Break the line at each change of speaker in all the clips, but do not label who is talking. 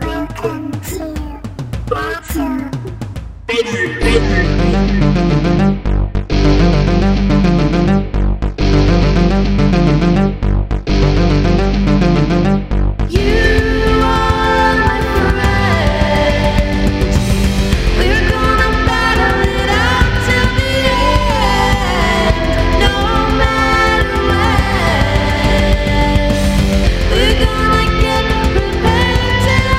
Welcome to Bachelor Basement.
You are my friend. We're gonna battle it out till the end, no matter when. We're gonna get prepared till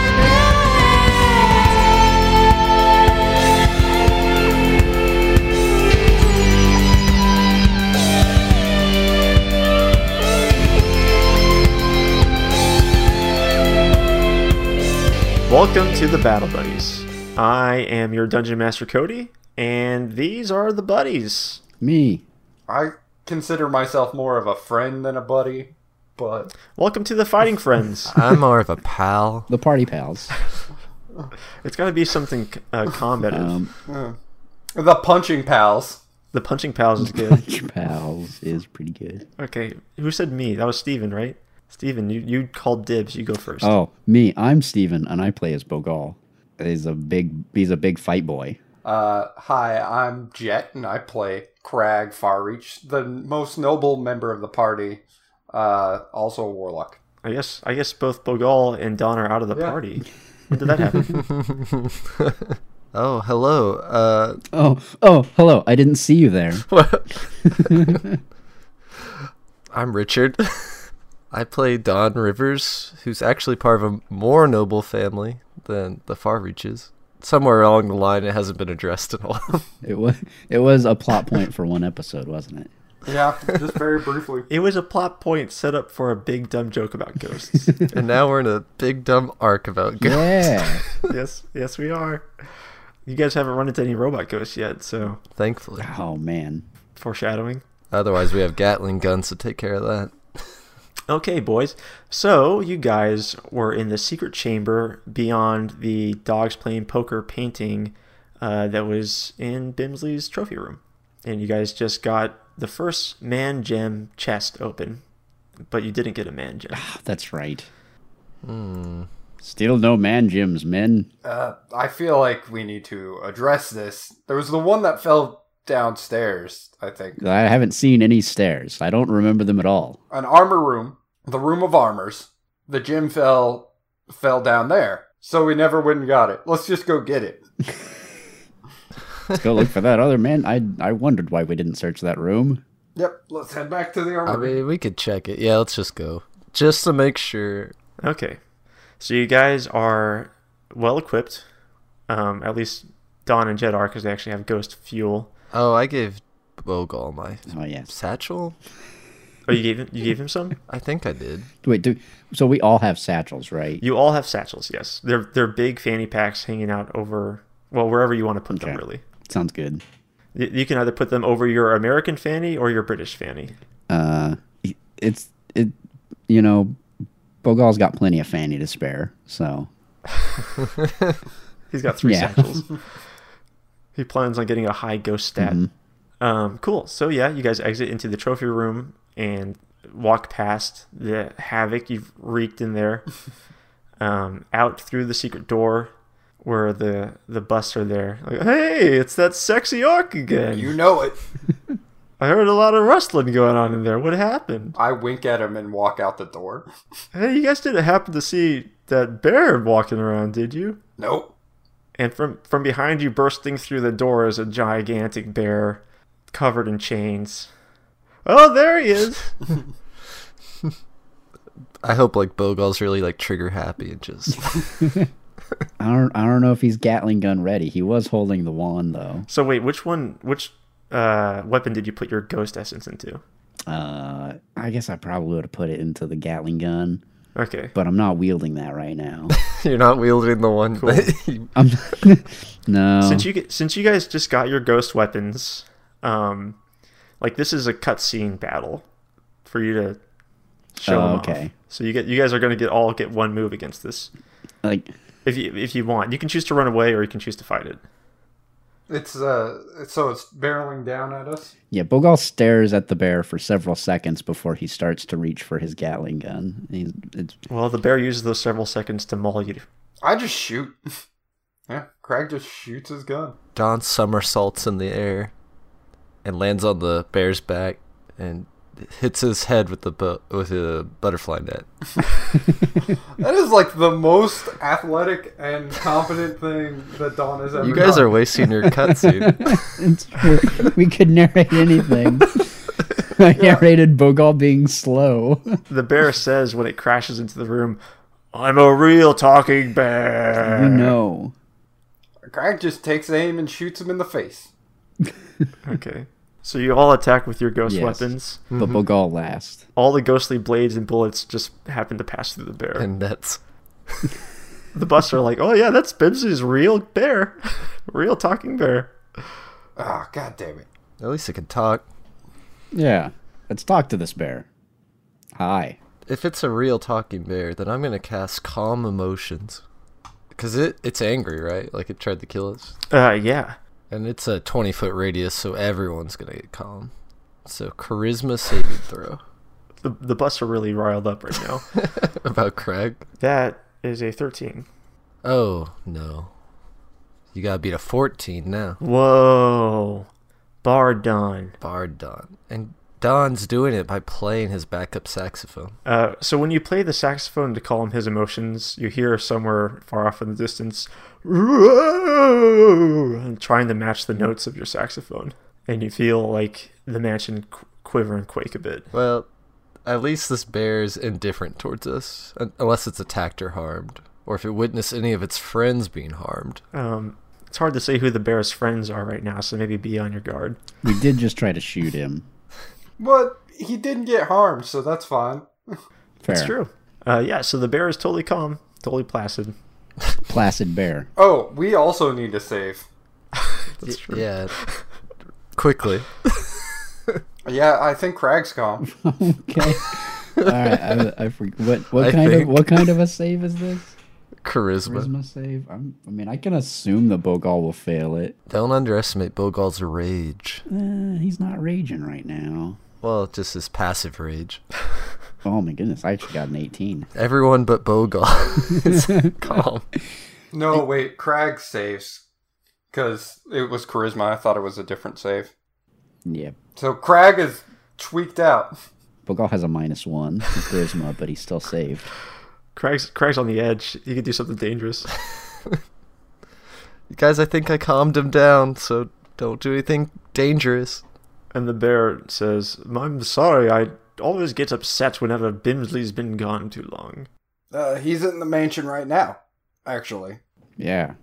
Welcome to the Battle Buddies. I am your Dungeon Master Cody, and these are the buddies.
Me.
I consider myself more of a friend than a buddy, but
Welcome to the Fighting Friends.
I'm more of a pal.
The party pals.
It's got to be something uh, combative.
Um,
the punching pals.
the punching pals is good.
pals is pretty good.
Okay, who said me? That was Steven, right? Steven, you, you called dibs. You go first.
Oh, me. I'm Steven, and I play as Bogal. He's a big. He's a big fight boy.
Uh, hi, I'm Jet, and I play Crag Farreach, the most noble member of the party, uh, also a warlock.
I guess I guess both Bogal and Don are out of the
Yeah.
party. When did that happen?
Oh, hello. Uh,
Oh, oh, hello. I didn't see you there.
I'm Richard. I play Don Rivers, who's actually part of a more noble family than the Far Reaches. Somewhere along the line, it hasn't been addressed at all.
It was. It was a plot point for one episode, wasn't it?
Yeah, just very briefly.
it was a plot point set up for a big dumb joke about ghosts.
and now we're in a big dumb arc about ghosts.
Yeah.
yes, yes, we are. You guys haven't run into any robot ghosts yet, so
Thankfully.
oh man.
foreshadowing.
Otherwise, we have Gatling guns to take care of that.
Okay, boys. So you guys were in the secret chamber beyond the dogs playing poker painting uh, that was in Bimsley's trophy room, and you guys just got the first man gem chest open, but you didn't get a man gem.
That's right. Hmm. Still no man gyms, men.
Uh, I feel like we need to address this. There was the one that fell downstairs, I think.
I haven't seen any stairs. I don't remember them at all.
an armor room, the room of armors. The gym fell fell down there, so we never went and got it. Let's just go get it.
Let's go look for that other man. I I wondered why we didn't search that room.
Yep, let's head back to the
I
armor. room.
mean, we could check it. Yeah, let's just go. Just to make sure.
Okay, so you guys are well equipped. Um, at least Don and Jed are because they actually have ghost fuel.
Oh, I gave Bogal my
Oh yes.
satchel?
Oh, you gave him, you gave him some.
I think I did.
Wait, do so we all have satchels, right?
You all have satchels, yes. They're they're big fanny packs hanging out over well wherever you want to put them.
Okay.
Really,
Sounds good.
Y- you can either put them over your American fanny or your British fanny.
Uh, it's it. You know, Bogal's got plenty of fanny to spare, so
He's got three
Yeah.
satchels. he plans on getting a high ghost stat.
Mm-hmm.
Um, cool. So yeah, you guys exit into the trophy room and walk past the havoc you've wreaked in there. um, out through the secret door where the the busts are there. Like, hey, it's that sexy orc again.
You know it.
I heard a lot of rustling going on in there. What happened?
I wink at him and walk out the door.
Hey, you guys didn't happen to see that bear walking around, did you?
Nope.
And from from behind you, bursting through the door, is a gigantic bear, covered in chains. Oh, there he is!
I hope like Bogal's really like trigger happy and just
I don't I don't know if he's Gatling gun ready. He was holding the wand though.
so wait, which one? Which uh, weapon did you put your ghost essence into?
Uh, I guess I probably would have put it into the Gatling gun,
Okay,
but I'm not wielding that right now.
you're not wielding the one. that you-
I'm no.
since you get, since you guys just got your ghost weapons, um, like this is a cutscene battle for you to show
Oh,
'em off.
okay.
So you get you guys are going to get all get one move against this.
like
If you if you want, you can choose to run away or you can choose to fight it.
It's uh, so it's barreling down at us.
yeah, Bogal stares at the bear for several seconds before he starts to reach for his Gatling gun. He's it's
Well, the bear uses those several seconds to maul you
I just shoot. yeah, Craig just shoots his gun.
Don somersaults in the air and lands on the bear's back and hits his head with the bu- with a butterfly net.
That is like the most athletic and competent thing that Don has ever
You guys
done.
are wasting your cutscene.
It's true. we could narrate anything. I narrated Bogal being slow.
The bear says when it crashes into the room, I'm a real talking bear.
no.
Craig just takes aim and shoots him in the face.
Okay. So you all attack with your ghost
Yes.
weapons.
But
Mm-hmm.
Bogal last.
All the ghostly blades and bullets just happen to pass through the bear.
and nets.
the buster are like, oh yeah, that's Bibbs's real bear. real talking bear.
Ah, god damn it.
At least it can talk.
Yeah. Let's talk to this bear. Hi.
If it's a real talking bear, then I'm gonna cast calm emotions. Cause it it's angry, right? Like it tried to kill us.
Uh yeah.
And it's a 20 foot radius, so everyone's gonna get calm. So charisma saving throw.
The the buster really riled up right now.
About Craig.
that is a thirteen.
Oh no. You gotta beat a 14 now.
Whoa. Bard done.
Bard Don. And Don's doing it by playing his backup saxophone.
Uh, so when you play the saxophone to calm his emotions, you hear somewhere far off in the distance, "Roar," and trying to match the notes of your saxophone, and you feel like the mansion qu- quiver and quake a bit.
Well, at least this bear is indifferent towards us, un- unless it's attacked or harmed, or if it witnessed any of its friends being harmed.
Um, it's hard to say who the bear's friends are right now, so maybe be on your guard.
We did just try to shoot him.
But he didn't get harmed, so that's fine.
Fair.
It's true. Uh, yeah, so the bear is totally calm, totally placid.
Placid bear.
Oh, we also need to save.
That's true. Yeah. Quickly.
Yeah, I think Crag's calm.
Okay. All right. I, I forg- what what
I
kind of
think-
what kind of a save is this?
Charisma.
Charisma save. I'm, I mean, I can assume that Bogal will fail it.
Don't underestimate Bogal's rage.
Uh, he's not raging right now.
Well, just his passive rage.
Oh my goodness! I actually got an 18.
Everyone but Bogal is calm.
No, wait, Crag saves. Because it was charisma. I thought it was a different save.
Yeah.
So Crag is tweaked out.
Bogal has a minus one to charisma, but he's still saved.
Craig's, Craig's on the edge. He could do something dangerous.
You guys, I think I calmed him down, so don't do anything dangerous.
And the bear says, I'm sorry, I always get upset whenever Bimsley's been gone too long.
Uh, he's in the mansion right now, actually.
Yeah.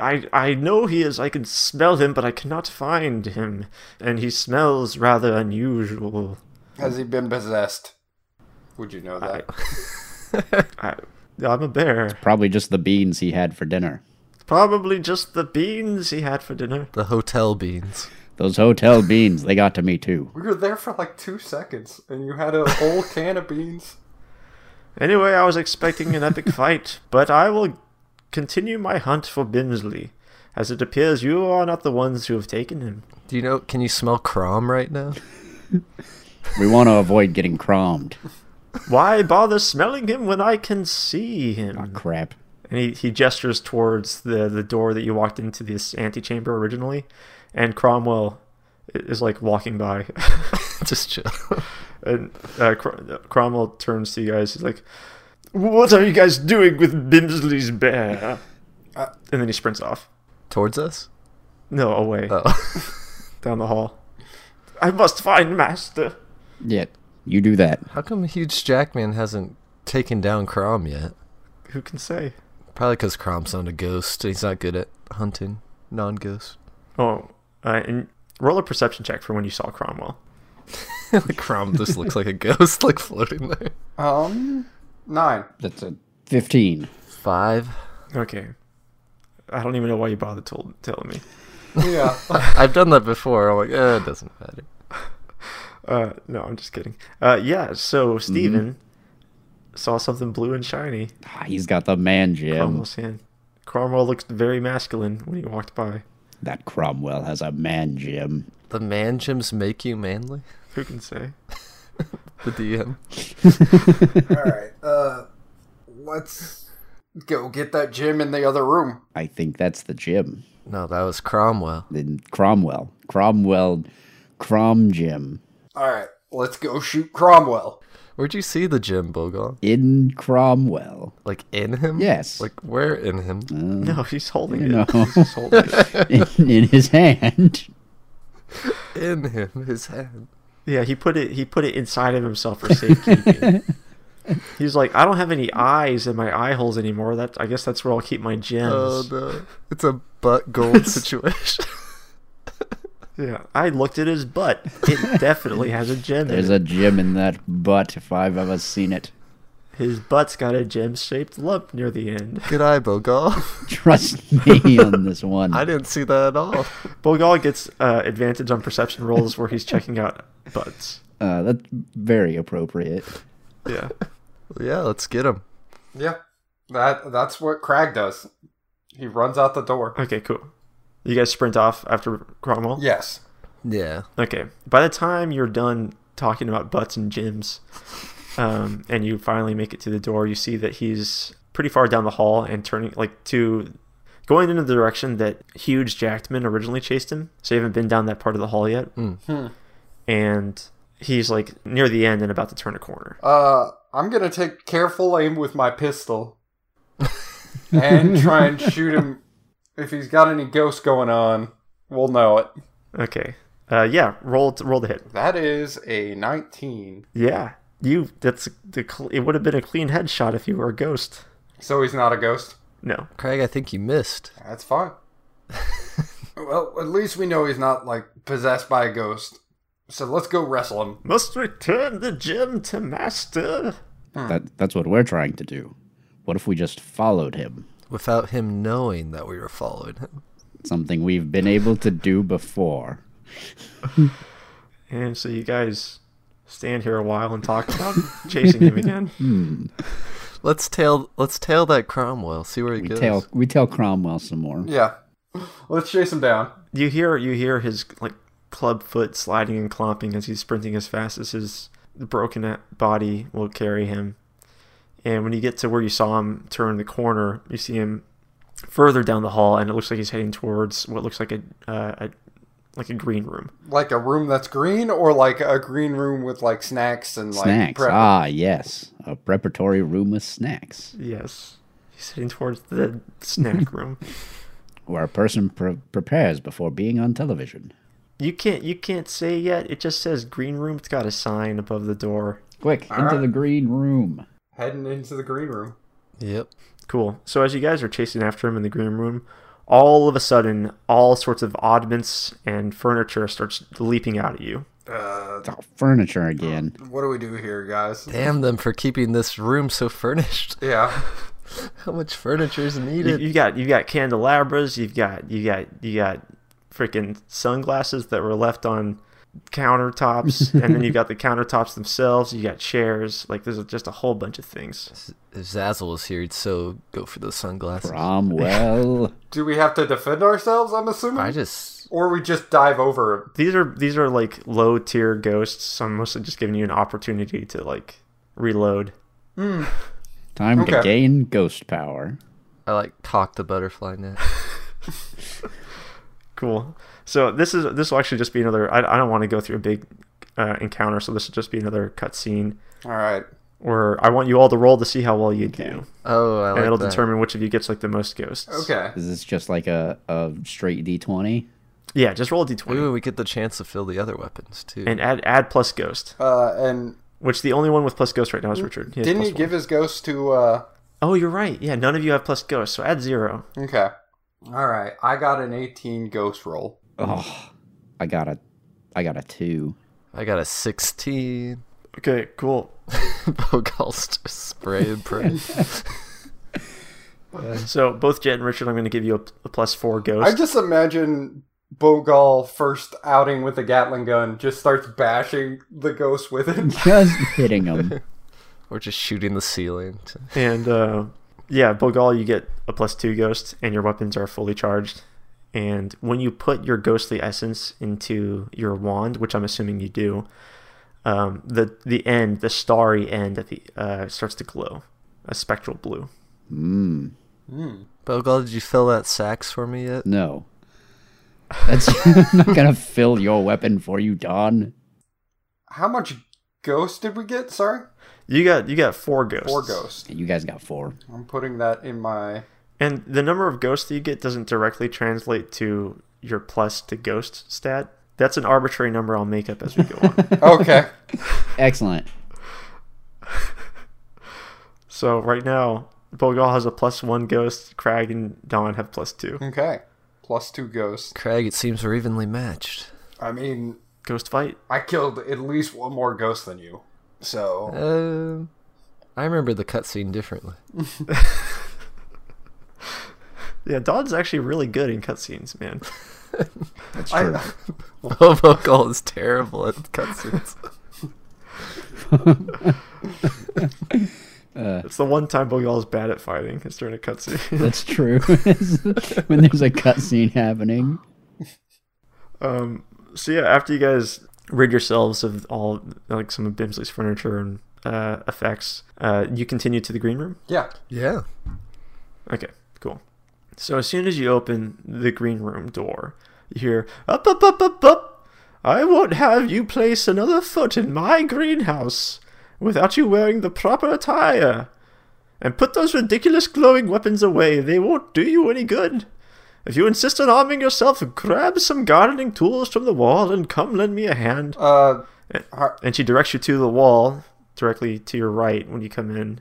I I know he is. I can smell him, but I cannot find him, and he smells rather unusual.
Has he been possessed? Would you know that?
I, I'm a bear.
Probably just the beans he had for dinner.
Probably just the beans he had for dinner.
The hotel beans.
Those hotel beans, they got to me too.
We were there for like two seconds, and you had a whole can of beans.
Anyway, I was expecting an epic fight, but I will continue my hunt for Bimsley, as it appears you are not the ones who have taken him.
Do you know? Can you smell crom right now?
We want to avoid getting crommed.
Why bother smelling him when I can see him?
Ah, crap.
and he, he gestures towards the, the door that you walked into this antechamber originally and cromwell i- is like walking by
Just chill.
and uh, Cro- cromwell turns to you guys he's like what are you guys doing with bimsley's bear and then he sprints off
Towards us?
no away
Oh.
down the hall i must find master
Yeah. You do that.
How come Huge Jackman hasn't taken down Crom yet?
who can say
Probably because Crom's not a ghost. He's not good at hunting non-ghost.
oh uh, and roll a perception check for when you saw cromwell
like Crom just looks like a ghost, like floating there.
Um, nine.
That's a 15.
Five.
okay i don't even know why you bothered told, telling me
Yeah.
I've done that before. I'm like, eh, it doesn't matter.
Uh, no, I'm just kidding. Uh, yeah, so
Mm-hmm.
Steven saw something blue and shiny.
Ah, he's got the man
Cromwell
jib.
hand. Cromwell looked very masculine when he walked by.
That Cromwell has a man jib.
The man gyms make you manly.
Who can say?
The DM.
All right. Uh, let's Go get that gym in the other room.
I think that's the gym.
No, that was Cromwell.
Then Cromwell. Cromwell. Crom Jim.
All right, let's go shoot Cromwell.
Where'd you see the Jim Bogon?
In Cromwell.
Like in him?
Yes. Uh.
Like where in him?
No, he's holding it.
Mm. No.
He's just holding it.
in, in his hand.
In him, his hand.
Yeah, he put it. He put it inside of himself for safekeeping. He's like, I don't have any eyes in my eye holes anymore. That I guess that's where I'll keep my gems.
Uh,
Oh no, it's a butt gold situation.
Yeah, I looked at his butt. It definitely has a gem.
There's
in it.
a gem in that butt if I've ever seen it.
His butt's got a gem-shaped lump near the end.
Good eye, Bogal.
Trust me on this one.
I didn't see that at all.
Bogal gets uh, advantage on perception rolls where he's checking out butts.
Uh, that's very appropriate.
Yeah.
Yeah, let's get him.
Yeah, that that's what Crag does. He runs out the door.
Okay. Cool. You guys sprint off after Cromwell.
Yes.
Yeah.
Okay. By the time you're done talking about butts and gyms, um, and you finally make it to the door, you see that he's pretty far down the hall and turning like to going in the direction that huge Jackman originally chased him. So you haven't been down that part of the hall yet, and he's like near the end and about to turn a corner.
Uh, I'm gonna take careful aim with my pistol and try and shoot him. If he's got any ghosts going on, we'll know it.
Okay. Uh, yeah. Roll roll the hit.
That is a 19.
Yeah. You. That's the. cl- It would have been a clean headshot if you were a ghost.
So he's not a ghost.
No.
Craig, I think you missed.
That's fine. well, at least we know he's not like possessed by a ghost. So let's go wrestle him.
Must return the gem to master.
That that's what we're trying to do. What if we just followed him?
Without him knowing that we were following him.
Something we've been able to do before.
And so you guys stand here a while and talk about chasing him again.
Let's tail let's tail that Cromwell, see where he
We
goes.
tell we tell Cromwell some more.
Yeah. Let's chase him down.
You hear you hear his like club foot sliding and clomping as he's sprinting as fast as his broken body will carry him. And when you get to where you saw him turn the corner, you see him further down the hall, and it looks like he's heading towards what looks like a, uh, a like a green room.
Like a room that's green or like a green room with like snacks and like
Snacks.
prep-
ah, yes. A preparatory room with snacks.
Yes, he's heading towards the snack room.
Where a person pre- prepares before being on television.
You can't you can't say yet. It just says green room. It's got a sign above the door.
Quick, into
right.
the green room.
heading into the green room.
Yep.
Cool. So as you guys are chasing after him in the green room, all of a sudden, all sorts of oddments and furniture starts leaping out at you.
Uh,
Oh, furniture again.
what do we do here, guys?
Damn them for keeping this room so furnished.
Yeah.
How much furniture is
You,
needed?
you got you got candelabras. You've got you got you got freaking sunglasses that were left on countertops, and then you got the countertops themselves. You got chairs. Like there's just a whole bunch of things.
If Zazzle was here, he'd so go for those sunglasses.
Cromwell.
Do we have to defend ourselves, I'm assuming?
I just
or we just dive over him?
These are these are like low tier ghosts. So I'm mostly just giving you an opportunity to like reload.
Time to
Okay.
gain ghost power.
I like cocked the butterfly net.
Cool. So this is this will actually just be another. I, I don't want to go through a big uh, encounter, so this will just be another cutscene
All right.
where I want you all to roll to see how well you do,
Oh, I
and
like
it'll
that.
determine which of you gets like the most ghosts.
Okay.
Is this just like a, a straight D20?
Yeah, just roll a d20
Ooh, we get the chance to fill the other weapons too.
and add add plus ghost,
Uh, and
which the only one with plus ghost right now is Richard. He has
didn't
plus
he
one.
give his ghost to uh
Oh, you're right. Yeah, none of you have plus ghost, so add zero.
Okay. All right. I got an 18 ghost roll.
Oh, I got a, I got a two.
I got a 16.
Okay, cool.
Bogal's just spray and pray.
So both Jed and Richard, I'm going to give you a, a plus four ghost.
I just imagine Bogal first outing with a Gatling gun just starts bashing the ghost with it.
Just hitting him.
We're just shooting the ceiling. to-
And uh, yeah, Bogal, you get a plus two ghost, and your weapons are fully charged. And when you put your ghostly essence into your wand, which I'm assuming you do, um, the the end, the starry end, at the uh, starts to glow, a spectral blue.
Mm,
Bogal, did you fill that sax for me yet?
No. That's not gonna fill your weapon for you, Don.
How much ghost did we get? Sorry,
You got you got four ghosts.
four ghosts.
You guys got four.
I'm putting that in my.
And the number of ghosts that you get doesn't directly translate to your plus to ghost stat. That's an arbitrary number I'll make up as we go on.
Okay,
Excellent.
so right now, Bogal has a plus one ghost. Crag and Don have plus two.
okay. Plus two ghosts.
Craig, it seems we're evenly matched.
I mean,
Ghost fight.
I killed at least one more ghost than you. So
Um, I remember the cutscene differently.
Yeah, Don's actually really good in cutscenes, man.
That's
I-
true.
Oh, Bogal is terrible at cutscenes.
It's the one time Bogal is bad at fighting is during a cutscene.
That's true. when there's a cutscene happening.
Um, so yeah, after you guys rid yourselves of all like some of Bimsley's furniture and uh, effects, uh, you continue to the green room.
yeah,
yeah.
Okay, cool. So as soon as you open the green room door, you hear up, up, up, up, up. I won't have you place another foot in my greenhouse without you wearing the proper attire. And put those ridiculous glowing weapons away. They won't do you any good. If you insist on arming yourself, grab some gardening tools from the wall and come lend me a hand.
uh,
And she directs you to the wall directly to your right when you come in.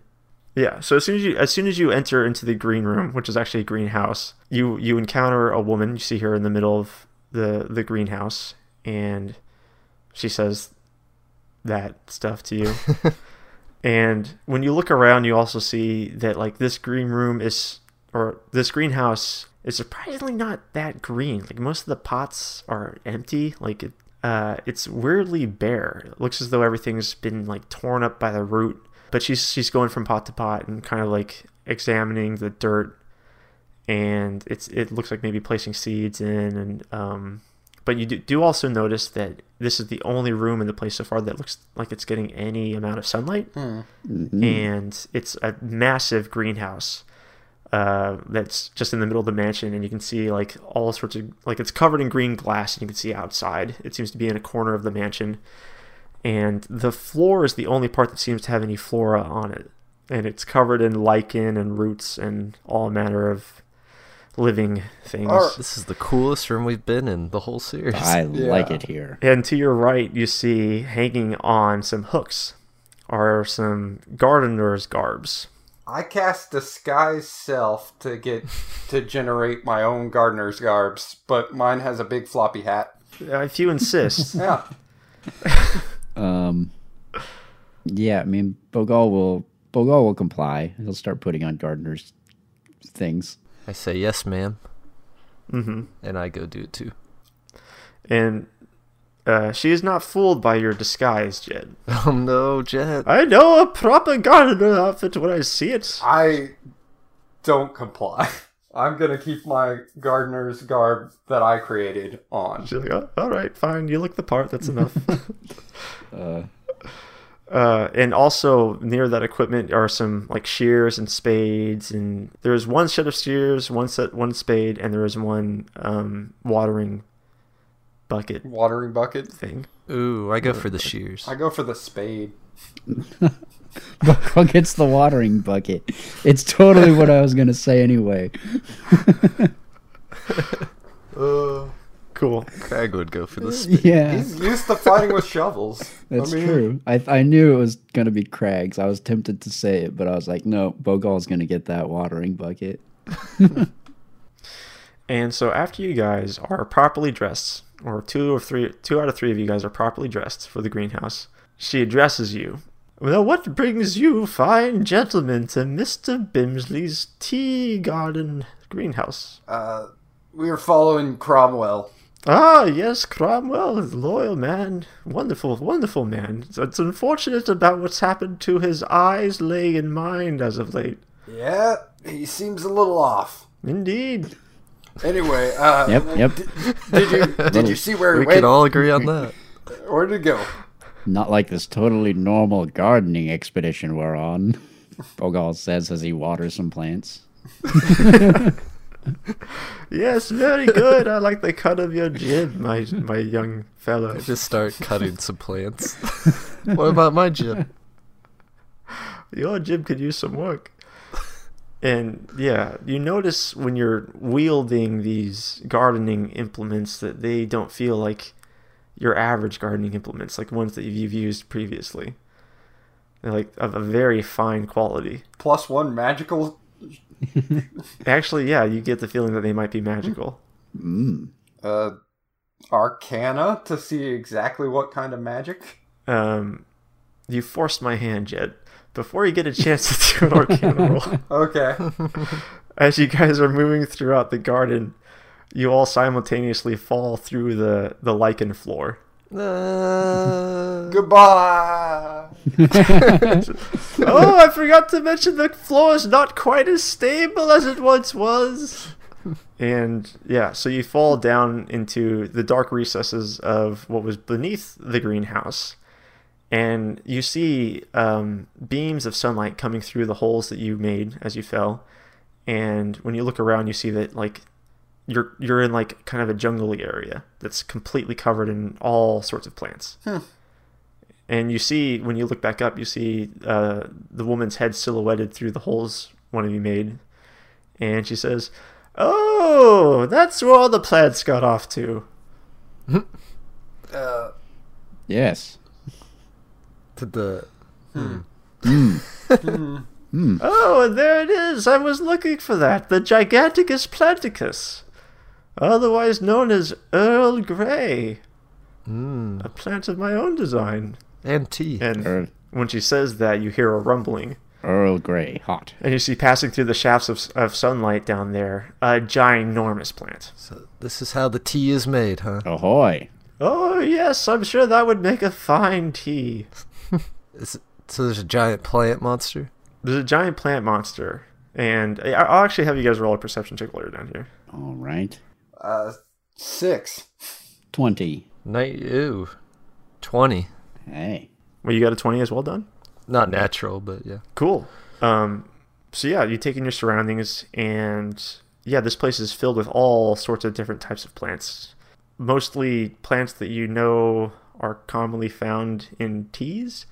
Yeah. So as soon as you as soon as you enter into the green room, which is actually a greenhouse, you you encounter a woman. You see her in the middle of the the greenhouse, and she says that stuff to you. and when you look around, you also see that like this green room is or this greenhouse is surprisingly not that green. Like most of the pots are empty. Like it, uh, it's weirdly bare. It looks as though everything's been like torn up by the root. But she's she's going from pot to pot and kind of like examining the dirt, and it's it looks like maybe placing seeds in and um. But you do, do also notice that this is the only room in the place so far that looks like it's getting any amount of sunlight, and it's a massive greenhouse uh, that's just in the middle of the mansion, and you can see like all sorts of like it's covered in green glass, and you can see outside. It seems to be in a corner of the mansion, and the floor is the only part that seems to have any flora on it, and it's covered in lichen and roots and all manner of living things.
Are-
This is the coolest room we've been in the whole series.
I like
Yeah.
it here.
And to your right, you see hanging on some hooks are some gardener's garbs.
I cast disguise self to get to generate my own gardener's garbs, but mine has a big floppy hat.
Uh, If you insist,
Yeah,
Um, yeah, I mean, Bogal will Bogal will comply. He'll start putting on gardeners things.
I say yes, ma'am. Mm-hmm. And I go do it too.
and uh, she is not fooled by your disguise yet.
Oh no, Jet.
I know a proper gardener outfit when I see it.
I don't comply. I'm gonna keep my gardener's garb that I created on.
She's like, "Oh, all right, fine. You look the part. That's enough.
Uh.
Uh, and also near that equipment are some like shears and spades, and there is one set of shears, one set, one spade, and there is one um, watering bucket
Watering bucket.
thing.
Ooh,
Uh,
I go for the shears.
I go for the spade.
Bogal gets the watering bucket. It's totally what I was gonna say anyway.
Cool.
Craig would go for the
Yeah,
He's used to fighting with shovels.
that's
I mean,
true. I I knew it was gonna be Craig's. I was tempted to say it, but I was like, no, Bogal's gonna get that watering bucket.
And so after you guys are properly dressed, or two or three, two out of three of you guys are properly dressed for the greenhouse, she addresses you. Well, what brings you, fine gentlemen, to Mister Bimsley's tea garden greenhouse?
Uh, we were following Cromwell.
Ah, yes, Cromwell, loyal man, wonderful, wonderful man. It's- It's unfortunate about what's happened to his eyes, leg, and mind as of late.
Yeah, he seems a little off.
Indeed.
Anyway, uh,
Yep, yep.
did you did you see where
We
he went?
can all agree on that.
Where did he go?
Not like this totally normal gardening expedition we're on. Bogal says as he waters some plants.
Yes, very good. I like the cut of your jib, my my young fellow.
Just start cutting some plants. what about my gym?
Your jib could use some work. And yeah, you notice when you're wielding these gardening implements that they don't feel like your average gardening implements, like ones that you've used previously. They're like of a very fine quality.
Plus one magical.
Actually, yeah, you get the feeling that they might be magical.
Mm.
Uh, arcana to see exactly what kind of magic.
Um, you forced my hand, Jed. Before you get a chance to do an arcana roll,
Okay.
as you guys are moving throughout the garden, you all simultaneously fall through the, the lichen floor.
Uh,
Goodbye.
oh, I forgot to mention the floor is not quite as stable as it once was. And yeah, so you fall down into the dark recesses of what was beneath the greenhouse. And you see um, beams of sunlight coming through the holes that you made as you fell. And when you look around, you see that like you're you're in like kind of a jungly area that's completely covered in all sorts of plants and you see when you look back up, you see uh, the woman's head silhouetted through the holes one of you made, and she says, "Oh, that's where all the plants got off to."
Uh,
Yes.
did the
Oh, and there it is. I was looking for that, the Giganticus planticus, otherwise known as Earl Grey, a plant of my own design.
and tea?
And
Earl,
when she says that, you hear a rumbling.
Earl Grey, hot.
And you see passing through the shafts of, of sunlight down there a ginormous plant.
So this is how the tea is made, huh?
Ahoy.
Oh, yes, I'm sure that would make a fine tea.
Is it, so there's a giant plant monster.
There's a giant plant monster, and I- I'll actually have you guys roll a perception check later down here.
All right.
uh, six.
20.
Night ew, twenty.
Hey.
Well, you got a 20 as well done?
Not natural, but yeah.
Cool. Um, so, yeah, you take in your surroundings, and yeah, this place is filled with all sorts of different types of plants. Mostly plants that you know are commonly found in teas,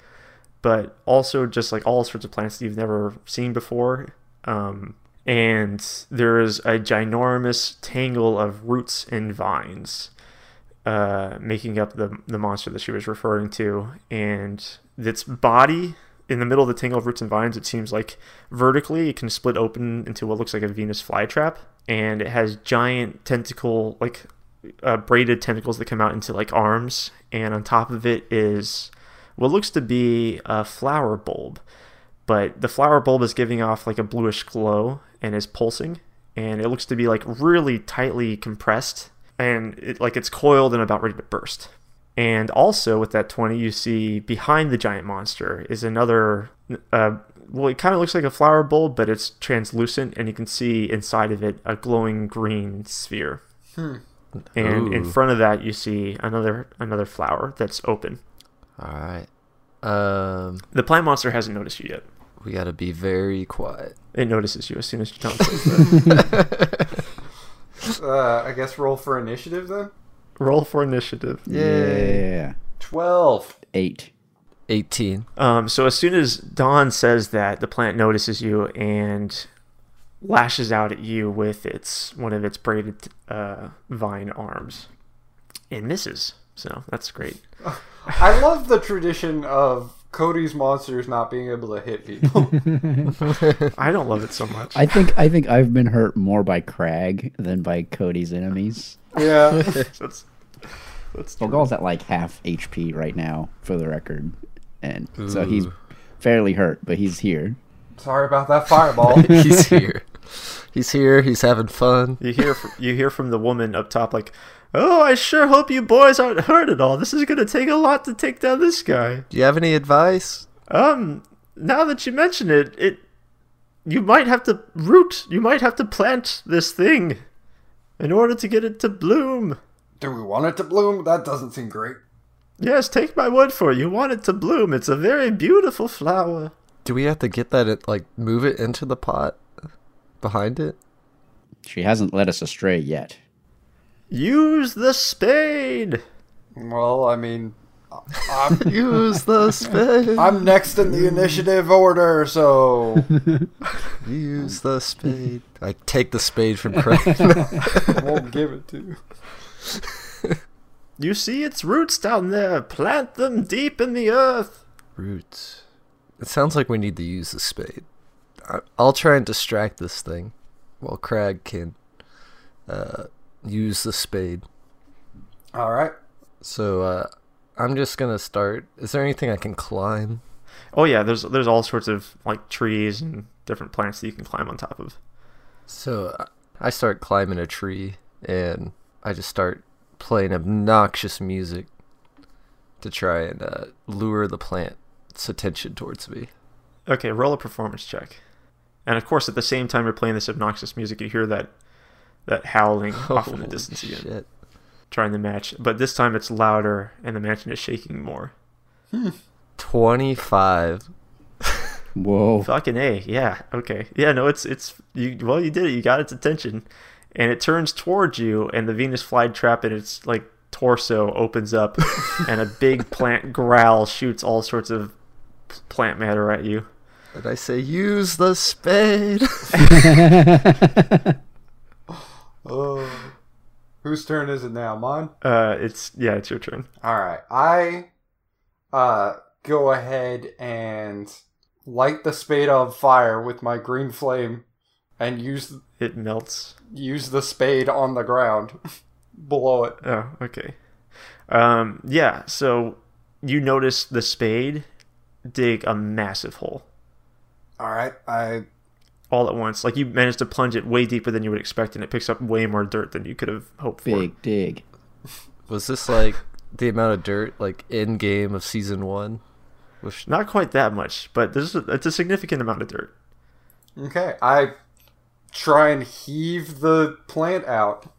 but also just like all sorts of plants that you've never seen before. Um, and there is a ginormous tangle of roots and vines, uh, making up the, the monster that she was referring to. And its body in the middle of the tangle of roots and vines, it seems like vertically it can split open into what looks like a Venus flytrap. And it has giant tentacle, like uh, braided tentacles that come out into like arms. And on top of it is what looks to be a flower bulb, but the flower bulb is giving off like a bluish glow and is pulsing, and it looks to be like really tightly compressed and it, like it's coiled and about ready to burst. And also with that 20, you see behind the giant monster is another. Uh, well, it kind of looks like a flower bulb, but it's translucent, and you can see inside of it a glowing green sphere. And in
Ooh.
front of that, you see another another flower that's open.
All right. Um,
The plant monster hasn't noticed you yet.
we gotta be very quiet.
It notices you as soon as you don't. say-
Uh, I guess roll for initiative then.
Roll for initiative.
Yeah.
Twelve.
Eight.
Eighteen.
Um, so as soon as Dawn says that, the plant notices you and lashes out at you with its one of its braided uh, vine arms, and misses. So that's great.
I love the tradition of Cody's monsters not being able to hit people.
I don't love it so much.
I think I think I've been hurt more by Crag than by Cody's enemies.
yeah.
that's that's
Bogal's at like half HP right now, for the record, and so he's fairly hurt, but he's here.
Sorry about that fireball.
He's here. He's here. He's having fun.
you hear fr- you hear from the woman up top like, "Oh, I sure hope you boys aren't hurt at all. This is gonna take a lot to take down this guy."
Do you have any advice?
Um, now that you mention it, it you might have to root, you might have to plant this thing in order to get it to bloom.
Do we want it to bloom? That doesn't seem great.
Yes, take my word for it. You want it to bloom. It's a very beautiful flower.
Do we have to get that? At, like move it into the pot behind it?
She hasn't led us astray yet.
Use the spade.
Well, I mean, I'm,
Use the spade.
I'm next in the initiative order, so
Use the spade. I take the spade from Craig.
I won't give it to you.
You see its roots down there. Plant them deep in the earth.
Roots. It sounds like we need to use the spade. I- I'll try and distract this thing while Crag can uh, use the spade.
All right.
So uh, I'm just gonna start. Is there anything I can climb?
Oh yeah, there's there's all sorts of like trees and different plants that you can climb on top of.
So uh, I start climbing a tree and I just start playing obnoxious music to try and uh, lure the plant's attention towards me.
Okay, roll a performance check. And of course, at the same time you're playing this obnoxious music, you hear that that howling off in the
Holy
distance again,
Oh, shit.
trying to match. But this time it's louder, and the mansion is shaking more.
25.
Whoa.
Fucking a, yeah, okay, yeah, no, it's it's you. Well, you did it. You got its attention, and it turns towards you, and the Venus flytrap in its like torso opens up, and a big plant growl shoots all sorts of p- plant matter at you.
And I say, use the spade.
Oh. Whose turn is it now? Mine?
Uh, it's yeah, it's your turn.
All right. I uh go ahead and light the spade on fire with my green flame and use
It melts.
use the spade on the ground below it.
Oh, okay. Um, yeah, so you notice the spade dig a massive hole
All right. I
all at once. Like you managed to plunge it way deeper than you would expect, and it picks up way more dirt than you could have hoped for.
Big dig.
Was this like the amount of dirt, like in game of season one? Which,
Not quite that much, but there's a, it's a significant amount of dirt.
okay. I try and heave the plant out.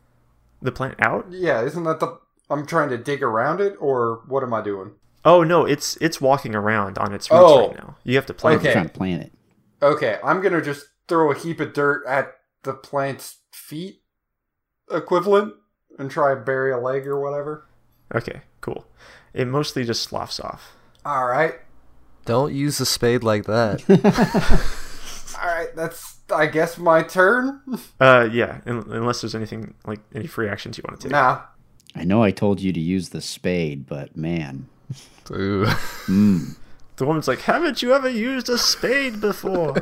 The plant out?
Yeah, isn't that the I'm trying to dig around it or what am I doing?
Oh no, it's it's walking around on its roots
Oh.
right now. You have to plant
Okay.
it.
Trying to plan it.
Okay, I'm gonna just throw a heap of dirt at the plant's feet equivalent and try and bury a leg or whatever.
Okay, cool. It mostly just sloughs off.
Alright.
don't use the spade like that.
Alright, that's I guess my turn.
Uh, yeah, un- unless there's anything like any free actions you want to take.
nah.
I know I told you to use the spade, but man.
Ooh.
The woman's like, "Haven't you ever used a spade before?"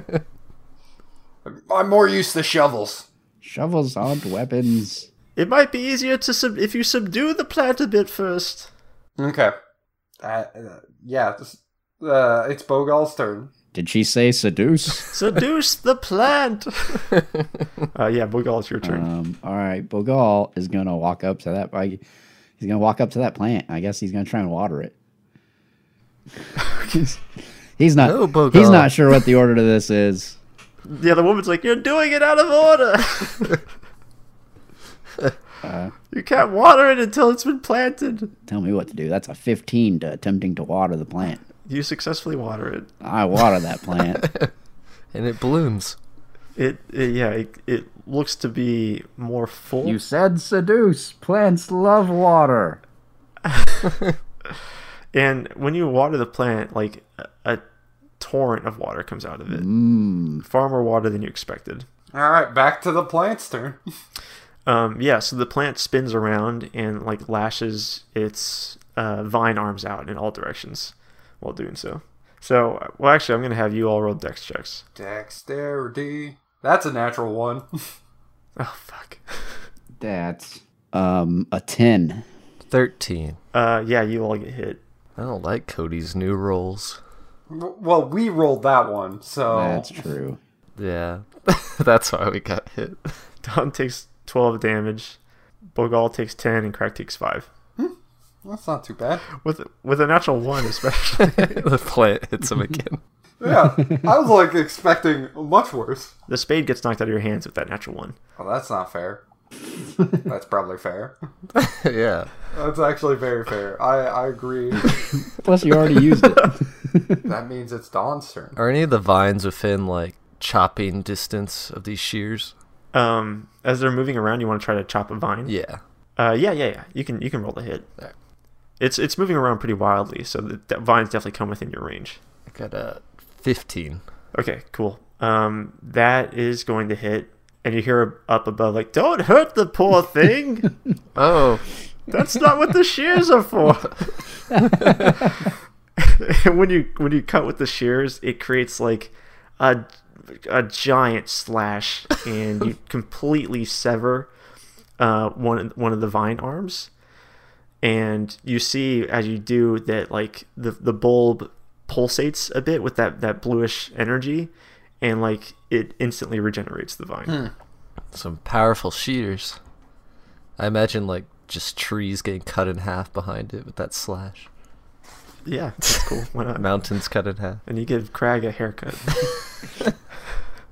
I'm more used to shovels.
Shovels aren't weapons.
It might be easier to sub- if you subdue the plant a bit first.
Okay. Uh, uh, yeah, this, uh, it's Bogal's turn.
Did she say seduce?
Seduce the plant. uh, yeah, Bogal, it's your turn.
um, all right, Bogal is gonna walk up to that. I, he's gonna walk up to that plant. I guess he's gonna try and water it. he's, he's not.
No, Bogal.
he's not sure what the order to this is.
yeah, the woman's like, "You're doing it out of order. you can't water it until it's been planted."
Tell me what to do. That's a fifteen to attempting to water the plant.
You successfully water it.
I water that plant.
and it blooms.
It, it yeah, it, it looks to be more full.
said seduce. Plants love water.
And when you water the plant, like a, a torrent of water comes out of it, far more water than you expected.
Alright, back to the plant's turn.
Um, yeah, so the plant spins around and like lashes its uh, vine arms out in all directions while doing so. So, well, actually, I'm gonna have you all roll dex checks.
Dexterity. That's a natural one.
Oh fuck.
That's um a ten.
13.
Uh, yeah, you all get hit.
I don't like Cody's new rolls.
W- well, we rolled that one, so.
That's true.
Yeah. That's why we got hit.
Don takes 12 damage. Bogal takes 10, and Crack takes five.
That's not too bad.
With with a natural one, especially.
the plant hits him again.
Yeah, I was like expecting much worse.
the spade gets knocked out of your hands with that natural one.
Well, that's not fair. that's probably fair.
yeah.
That's actually very fair. I, I agree.
Plus, you already used it.
That means it's Dawn's turn.
Are any of the vines within like chopping distance of these shears?
Um, as they're moving around, you want to try to chop a vine.
Yeah.
Uh, yeah, yeah, yeah. You can you can roll the hit.
Alright.
It's it's moving around pretty wildly, so the, the vines definitely come within your range.
I got uh, a 15.
Okay, cool. Um, that is going to hit, and you hear up above like, "Don't hurt the poor thing.
Oh,
That's not what the shears are for." and when you when you cut with the shears, it creates like a a giant slash, and you completely sever uh, one one of the vine arms. And you see as you do that, like the the bulb pulsates a bit with that that bluish energy, and like it instantly regenerates the vine.
some powerful shears. I imagine like just trees getting cut in half behind it with that slash.
Yeah, that's cool. Why not?
Mountains cut in half.
And you give Crag a haircut.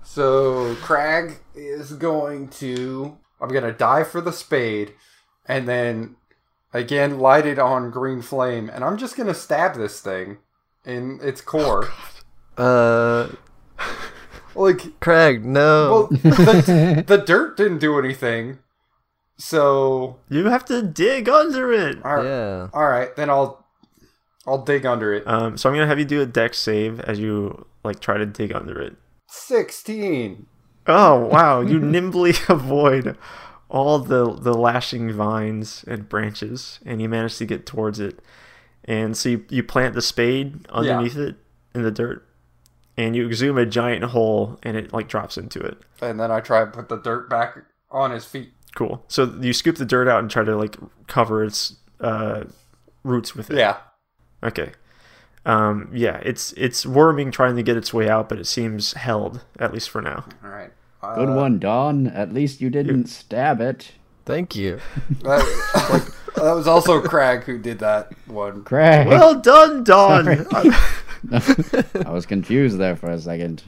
So Crag is going to. I'm gonna die for the spade, and then again light it on green flame, and I'm just gonna stab this thing in its core.
Uh,
like,
Craig,
well,
no.
the, the dirt didn't do anything, so
you have to dig under it.
all right,
yeah.
all right, then I'll I'll dig under it.
Um, so I'm gonna have you do a deck save as you like try to dig under it.
Sixteen.
Oh wow! You nimbly avoid all the the lashing vines and branches, and you manage to get towards it. And so you, you plant the spade underneath it in the dirt, and you exhume a giant hole, and it like drops into it.
and then I try and put the dirt back on his feet.
Cool. So you scoop the dirt out and try to like cover its uh, roots with it.
Yeah.
Okay. Um, yeah, it's it's worming, trying to get its way out, but it seems held at least for now.
All right. Uh,
Good one, Don. At least you didn't stab it.
Thank you.
That, that was also Crag who did that one.
Craig.
Well done, Don. Uh,
I was confused there for a second.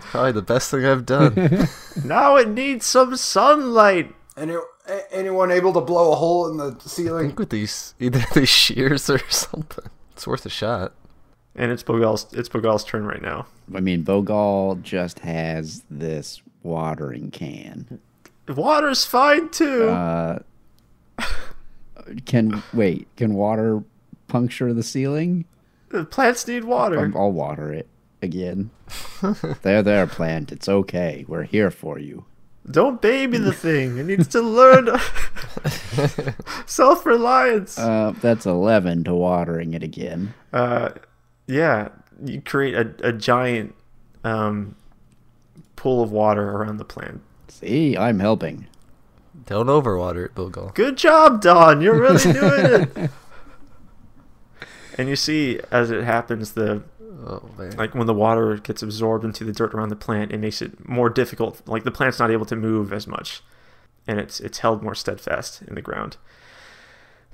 Probably the best thing I've done.
now it needs some sunlight.
Any, a- anyone able to blow a hole in the ceiling?
with these, either these shears or something. It's worth a shot.
And it's Bogal's it's Bogal's turn right now.
I mean, Bogal just has this watering can.
Water's fine too.
Uh, Can wait? Can water puncture the ceiling?
The Plants need water.
I'm, I'll water it again. there, there, plant. It's okay. We're here for you.
Don't baby the thing. It needs to learn self reliance.
Uh, that's eleven to watering it again.
yeah, you create a, a giant um, pool of water around the plant.
See, I'm helping.
Don't overwater it, Bogle.
Good job, Don. You're really doing it. And you see, as it happens, the
Oh man.
like when the water gets absorbed into the dirt around the plant, it makes it more difficult. Like the plant's not able to move as much, and it's it's held more steadfast in the ground.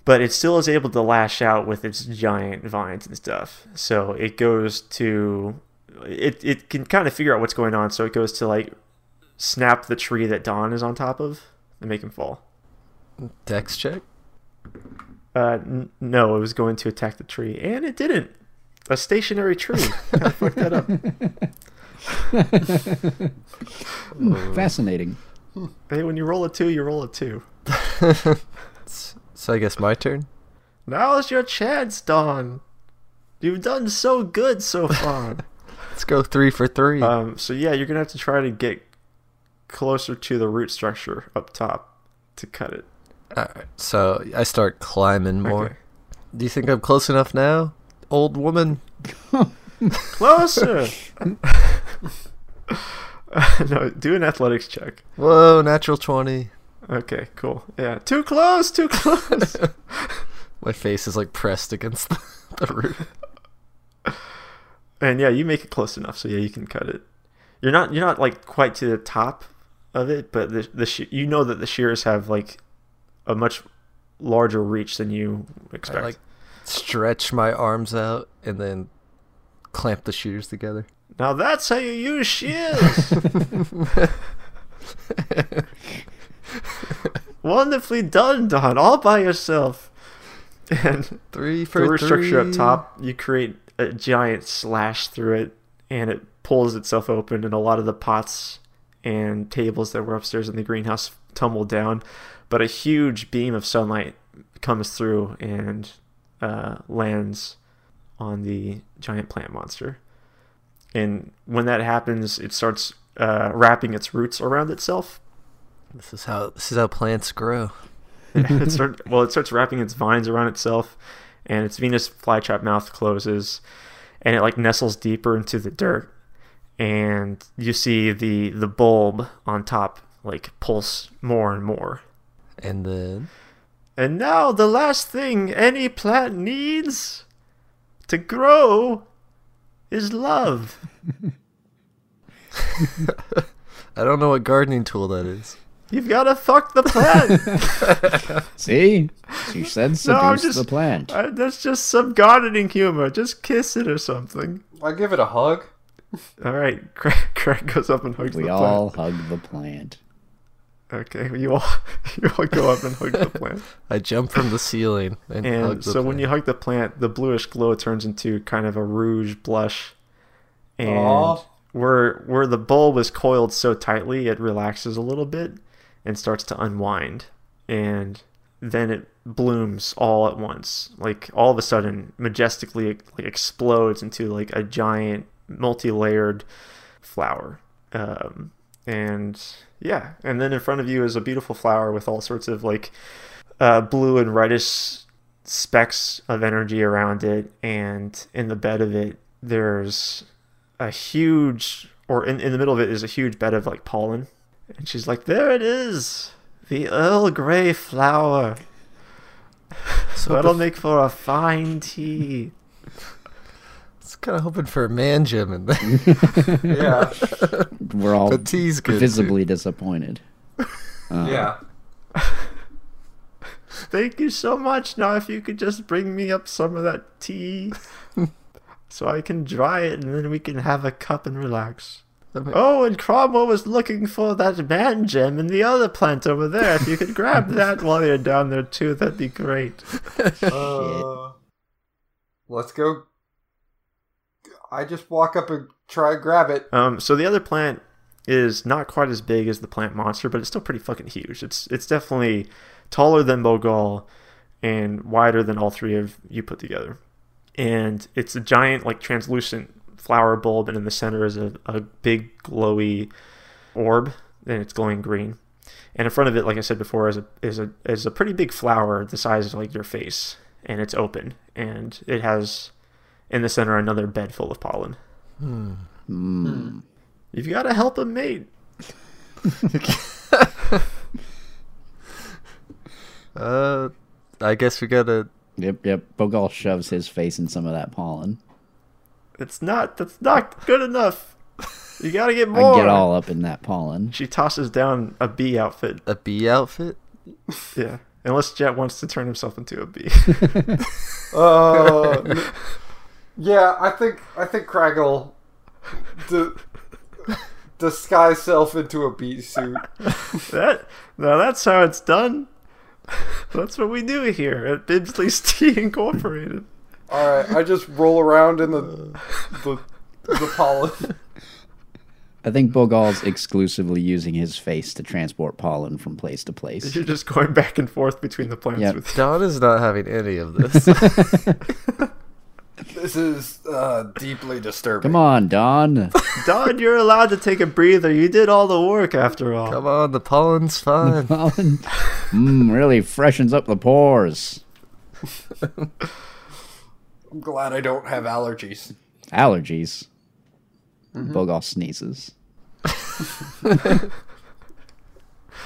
But it still is able to lash out with its giant vines and stuff. So it goes to it it can kind of figure out what's going on. So it goes to like snap the tree that Don is on top of and make him fall.
Dex check.
Uh, n- no, it was going to attack the tree, and it didn't. A stationary tree. I fucked that up.
Fascinating.
Hey, when you roll a two, you roll a two.
So I guess my turn.
Now's your chance, Don. You've done so good so far.
Let's go three for three.
um, so yeah, you're gonna have to try to get closer to the root structure up top to cut it.
Alright, so I start climbing more.
Okay.
Do you think I'm close enough now, old woman?
Closer. no, do an athletics check.
Whoa, natural 20.
Okay, cool. Yeah, too close, too close.
My face is like pressed against the, the roof.
and yeah, you make it close enough, so yeah, you can cut it. You're not you're not like quite to the top of it, but the the she- you know that the shears have like a much larger reach than you
I
expect.
like stretch my arms out and then clamp the shooters together.
Now that's how you use shears. Wonderfully done, Don, all by yourself. And
Three for
the root structure
three.
up top, you create a giant slash through it, and it pulls itself open, and a lot of the pots and tables that were upstairs in the greenhouse tumble down. But a huge beam of sunlight comes through and uh, lands on the giant plant monster. And when that happens, it starts uh, wrapping its roots around itself.
This is how this is how plants grow.
it start, well, it starts wrapping its vines around itself, and its Venus flytrap mouth closes, and it like nestles deeper into the dirt, and you see the the bulb on top like pulse more and more.
And then
And now the last thing any plant needs to grow is love.
I don't know what gardening tool that is.
You've got to fuck the plant.
See, she said seduce
I'm
the
just-
plant.
Uh, That's just some gardening humor. Just kiss it or something.
I give it a hug.
All right, Craig, Craig goes up and hugs
we
the
all hug the
plant.
plant.
Okay, you all you all go up and hug the plant.
I jump from the ceiling and, hug
And
the
so when you hug the plant, the bluish glow turns into kind of a rouge blush. And
Aw.
where where the bulb is coiled so tightly, it relaxes a little bit and starts to unwind. And then it blooms all at once. Like all of a sudden, majestically it, like, explodes into like a giant multi-layered flower. Um, and yeah, and then in front of you is a beautiful flower with all sorts of like uh, blue and reddish specks of energy around it, and in the bed of it, there's a huge, or in, in the middle of it is a huge bed of like pollen. And she's like, There it is, the Earl Grey flower.
So
That'll
bef-
make for a fine tea.
I was kind of hoping for a man gem in there.
Yeah,
We're all
the tea's good. too.
visibly disappointed.
yeah.
Thank you so much. Now, if you could just bring me up some of that tea so I can dry it and then we can have a cup and relax.
I mean-
Oh, and Cromwell was looking for that man gem in the other plant over there. If you could grab that while you're down there too, that'd be great.
Uh, let's go. I just walk up and try and grab it.
Um, so the other plant is not quite as big as the plant monster, but it's still pretty fucking huge. It's it's definitely taller than Bogal and wider than all three of you put together. And it's a giant, like translucent flower bulb, and in the center is a, a big glowy orb, and it's glowing green. And in front of it, like I said before, is a is a is a pretty big flower the size of like your face, and it's open, and it has in the center another bed full of pollen. You've got to help him mate.
Uh, I guess we gotta.
Yep, yep. Bogal shoves his face in some of that pollen.
It's not. That's not good enough. You gotta get
I
more.
get all up in that pollen.
She tosses down a bee outfit.
A bee outfit?
Yeah. Unless Jet wants to turn himself into a bee.
Uh, n- yeah, I think I think Craggle d- disguise self into a beat suit.
that now that's how it's done. That's what we do here at Bibsley's Tea Incorporated.
All right, I just roll around in the the, the pollen.
I think Bogal's exclusively using his face to transport pollen from place to place.
You're just going back and forth between the plants
Yep.
with
Don is not having any of this.
This is uh, deeply disturbing.
Come on, Don.
Don, you're allowed to take a breather. You did all the work after all.
Come on, the pollen's fine.
pollen mm, really freshens up the pores.
I'm glad I don't have allergies.
Allergies. Bogal sneezes.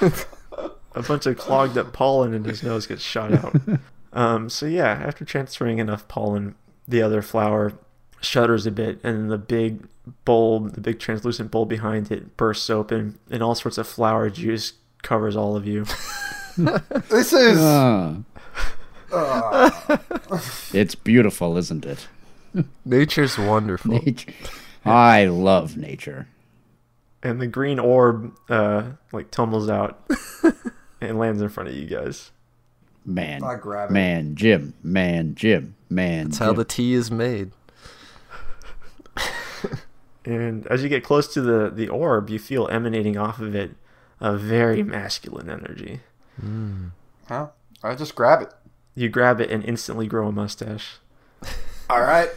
a bunch of clogged up pollen in his nose gets shot out. Um, so yeah, after transferring enough pollen, the other flower shudders a bit, and the big bulb, the big translucent bulb behind it, bursts open, and all sorts of flower juice covers all of you.
This is
Ah. it's beautiful, isn't it?
Nature's wonderful.
Nature. I love nature.
And the green orb, uh, like tumbles out and lands in front of you guys.
man,
I grab it.
man, Jim, man, Jim, man.
That's how
Jim.
the tea is made.
And as you get close to the, the orb, you feel emanating off of it a very masculine energy.
Huh? I just grab it.
You grab it and instantly grow a mustache.
All right.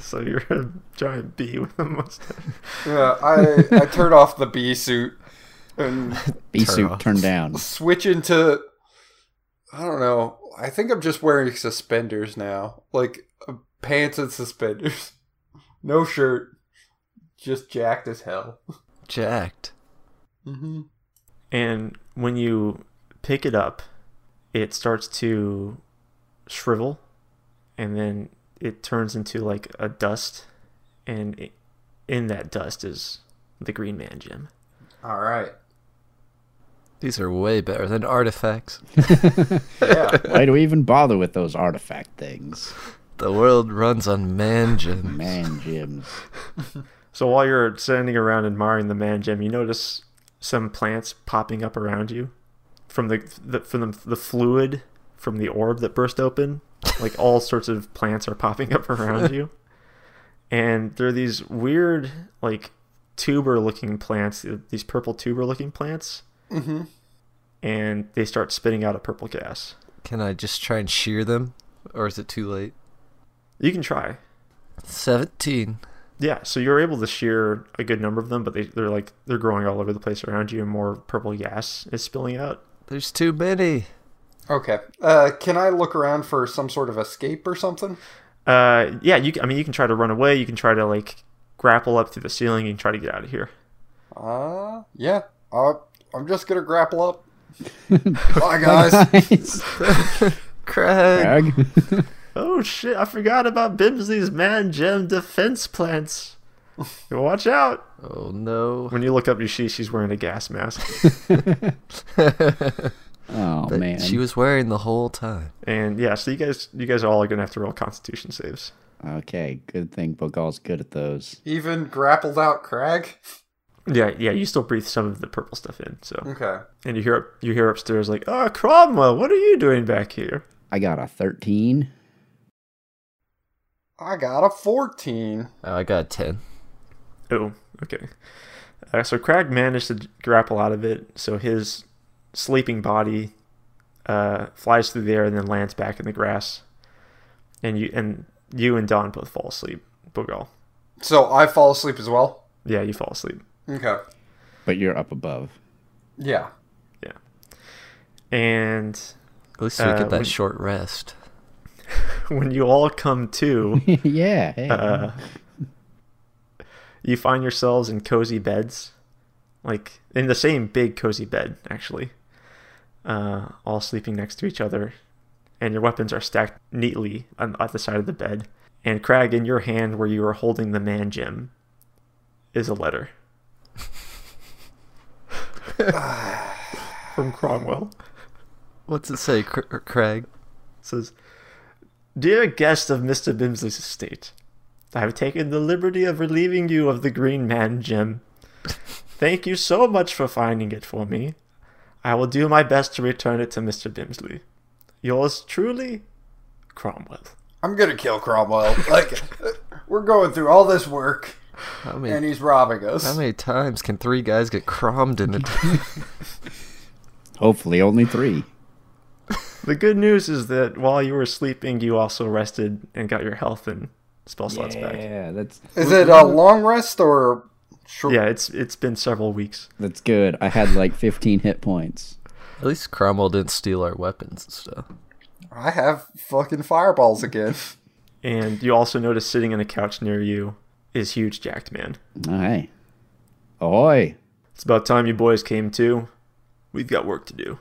So you're a giant bee with a mustache.
Yeah, I I turn off the bee suit and
bee
Turn
suit
off.
turned down.
switch into I don't know. I think I'm just wearing suspenders now, like uh, pants and suspenders, no shirt, just jacked as hell.
Jacked.
Mm-hmm.
And when you pick it up, it starts to shrivel and then it turns into like a dust. And i in that dust is the Green Man Jim.
All right.
These are way better than artifacts.
Yeah.
Why do we even bother with those artifact things?
The world runs on manjin.
Man, Jim's.
So while you're standing around admiring the Man Jim, you notice some plants popping up around you from the, the from the, the fluid from the orb that burst open. Like all sorts of plants are popping up around you. and they're these weird like tuber looking plants these purple tuber looking plants mm-hmm. and they start spitting out a purple gas
Can I just try and shear them? Or is it too late?
you can try
17.
yeah so you're able to shear a good number of them but they, they're like they're growing all over the place around you and more purple gas is spilling out
There's too many.
okay. Uh, can I look around for some sort of escape or something?
uh yeah you can- i mean you can try to run away you can try to like grapple up through the ceiling and try to get out of here
Uh, yeah. Uh, I'm just gonna grapple up. Bye, guys.
Nice.
Craig.
Greg.
oh shit i forgot about bimsley's man gem defense plants watch out
Oh no.
when you look up you see she's wearing a gas mask
Oh man,
She was wearing the whole time.
And yeah, so you guys, you guys all are gonna have to roll Constitution saves.
okay. Good thing Bogal's good at those.
Even grappled out, Crag.
Yeah, yeah, you still breathe some of the purple stuff in. So,
Okay.
and you hear up, you hear upstairs like, "Oh, Cromwell, what are you doing back here?"
I got a thirteen.
I got a 14.
Oh, I got 10.
Oh, okay. Uh, so Crag managed to grapple out of it. So his sleeping body uh, flies through the air and then lands back in the grass. And you and you and Don both fall asleep. Bogal,
So I fall asleep as well.
yeah, you fall asleep.
Okay.
But you're up above.
Yeah.
And
At least we
Uh,
get that
when-
short rest.
when you all come to.
yeah. Hey.
Uh-uh.
uh, you find yourselves in cozy beds, like in the same big cozy bed, actually, uh, all sleeping next to each other, and your weapons are stacked neatly on, at the side of the bed. And Crag, in your hand where you are holding the man Jim, is a letter from Cromwell.
What's it say, Cr- Craig?
says, Dear guest of Mr. Bimsley's estate, I have taken the liberty of relieving you of the Green Man gem. Thank you so much for finding it for me. I will do my best to return it to Mr. Bimsley. Yours truly, Cromwell.
I'm going to kill Cromwell. Like, we're going through all this work,
How
and
many,
he's robbing us.
how many times can three guys get crommed in a day?
Hopefully, only three.
The good news is that while you were sleeping, you also rested and got your health and spell slots back.
Yeah, that's
Is it a long rest or short?
Yeah, it's it's been several weeks.
that's good. I had like fifteen hit points.
At least Cromwell didn't steal our weapons and stuff.
I have fucking fireballs again.
And you also notice sitting on a couch near you is huge jacked man.
All right. Ahoy.
It's about time you boys came to. We've got work to do.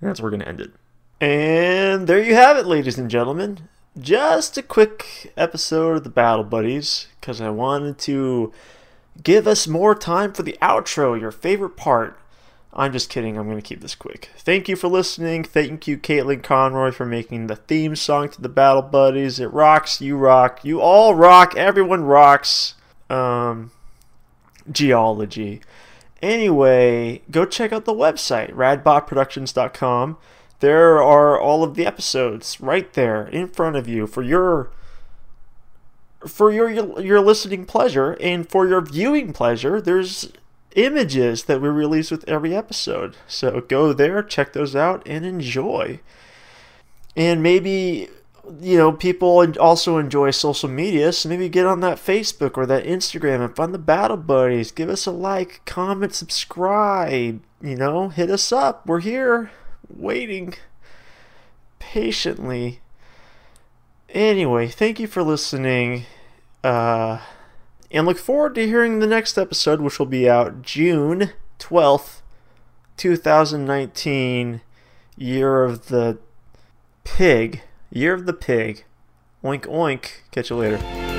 And that's where we're going to end it. And there you have it, ladies and gentlemen. Just a quick episode of the Battle Buddies, because I wanted to give us more time for the outro, your favorite part. I'm just kidding. I'm going to keep this quick. Thank you for listening. Thank you, Caitlin Conroy, for making the theme song to the Battle Buddies. It rocks. You rock. You all rock. Everyone rocks. Um, geology. Anyway, go check out the website, radbotproductions.com. There are all of the episodes right there in front of you for your for your your listening pleasure and for your viewing pleasure. There's images that we release with every episode. So go there, check those out and enjoy. And maybe you know, people en- also enjoy social media, so maybe get on that Facebook or that Instagram and find the Battle Buddies. Give us a like, comment, subscribe. You know, hit us up. We're here, waiting patiently. Anyway, thank you for listening. Uh, and look forward to hearing the next episode, which will be out June 12th, 2019, year of the pig. Year of the Pig. Oink oink. Catch you later.